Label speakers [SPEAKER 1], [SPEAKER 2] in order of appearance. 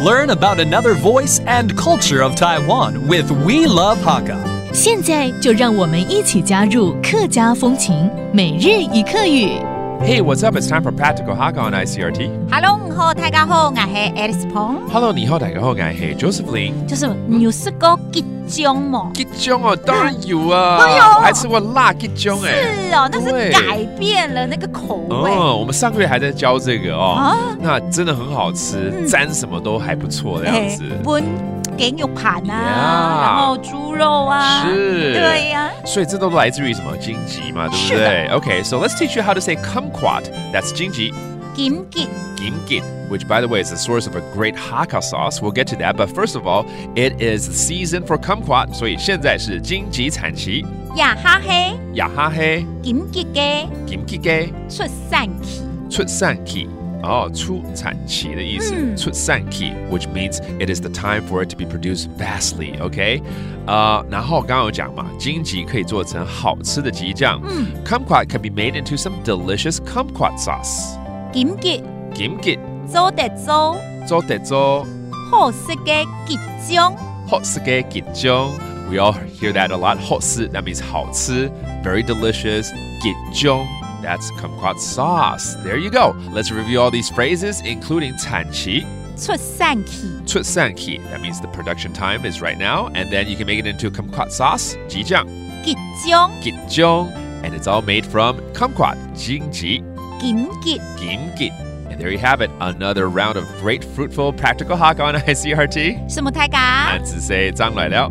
[SPEAKER 1] Learn about another voice and culture of Taiwan with We Love Hakka.
[SPEAKER 2] 现在就让我们一起加入客家风情每日一客语。
[SPEAKER 3] Hey, what's up? It's time for Practical Hakka on ICRT.
[SPEAKER 4] Hello，你好，大家好，我是 Alice Peng，
[SPEAKER 3] Hello，你好，大家好，我係 Josephine。
[SPEAKER 4] 就是牛是个吉姜嘛，
[SPEAKER 3] 吉姜哦，当 然有啊，
[SPEAKER 4] 当然有
[SPEAKER 3] 我还吃过辣吉姜哎。
[SPEAKER 4] 是哦，那
[SPEAKER 3] 对
[SPEAKER 4] 是改变了那个口味
[SPEAKER 3] 哦，E. Oh, 我们上个月还在教这个哦，
[SPEAKER 4] 啊，
[SPEAKER 3] 那真的很好吃，
[SPEAKER 4] 嗯
[SPEAKER 3] 沾什么都还不错的样
[SPEAKER 4] 哎
[SPEAKER 3] 子。
[SPEAKER 4] 温给牛盘
[SPEAKER 3] Yeah
[SPEAKER 4] 啊，然后猪肉啊，
[SPEAKER 3] 是
[SPEAKER 4] 对啊呀，
[SPEAKER 3] 所以这都来自于什么荆棘嘛，对不对？Okay, so let's teach you how to say kumquat. That's 荆棘
[SPEAKER 4] 金吉
[SPEAKER 3] gimgit, which by the way is the source of a great Hakka sauce. We'll get to that, but first of all, it is the season for kumquat. 所以现在是荆棘产期，
[SPEAKER 4] 呀哈嘿，
[SPEAKER 3] 雅哈黑
[SPEAKER 4] 金吉嘅
[SPEAKER 3] gimgit
[SPEAKER 4] 出散期，
[SPEAKER 3] 出散期哦，出产期的意思，
[SPEAKER 4] 嗯
[SPEAKER 3] 出散期，which means it is the time for it to be produced vastly. OK，呃，然后刚刚有讲嘛，荆棘可以做成好吃的吉酱。
[SPEAKER 4] 嗯
[SPEAKER 3] Kumquat can be made into some delicious kumquat sauce.
[SPEAKER 4] 金吉
[SPEAKER 3] Gimgit
[SPEAKER 4] 做得做
[SPEAKER 3] 做得做
[SPEAKER 4] 好食嘅吉姜，
[SPEAKER 3] hot 是给吉酱。We all hear that a lot. Hot 是 that means 好吃，very delicious. 吉酱 that's kumquat sauce. There you go. Let's review all these phrases, including 产期。
[SPEAKER 4] 出散期，
[SPEAKER 3] Chutsanki. That means the production time is right now, and then you can make it into kumquat sauce, jijiang,
[SPEAKER 4] 吉姜
[SPEAKER 3] gitjong, and it's all made from kumquat, jingji,
[SPEAKER 4] 金吉。
[SPEAKER 3] gimgit. And there you have it, another round of great, fruitful, practical hack on ICRT.
[SPEAKER 4] 什么泰嘎？
[SPEAKER 3] And to say, 张来了。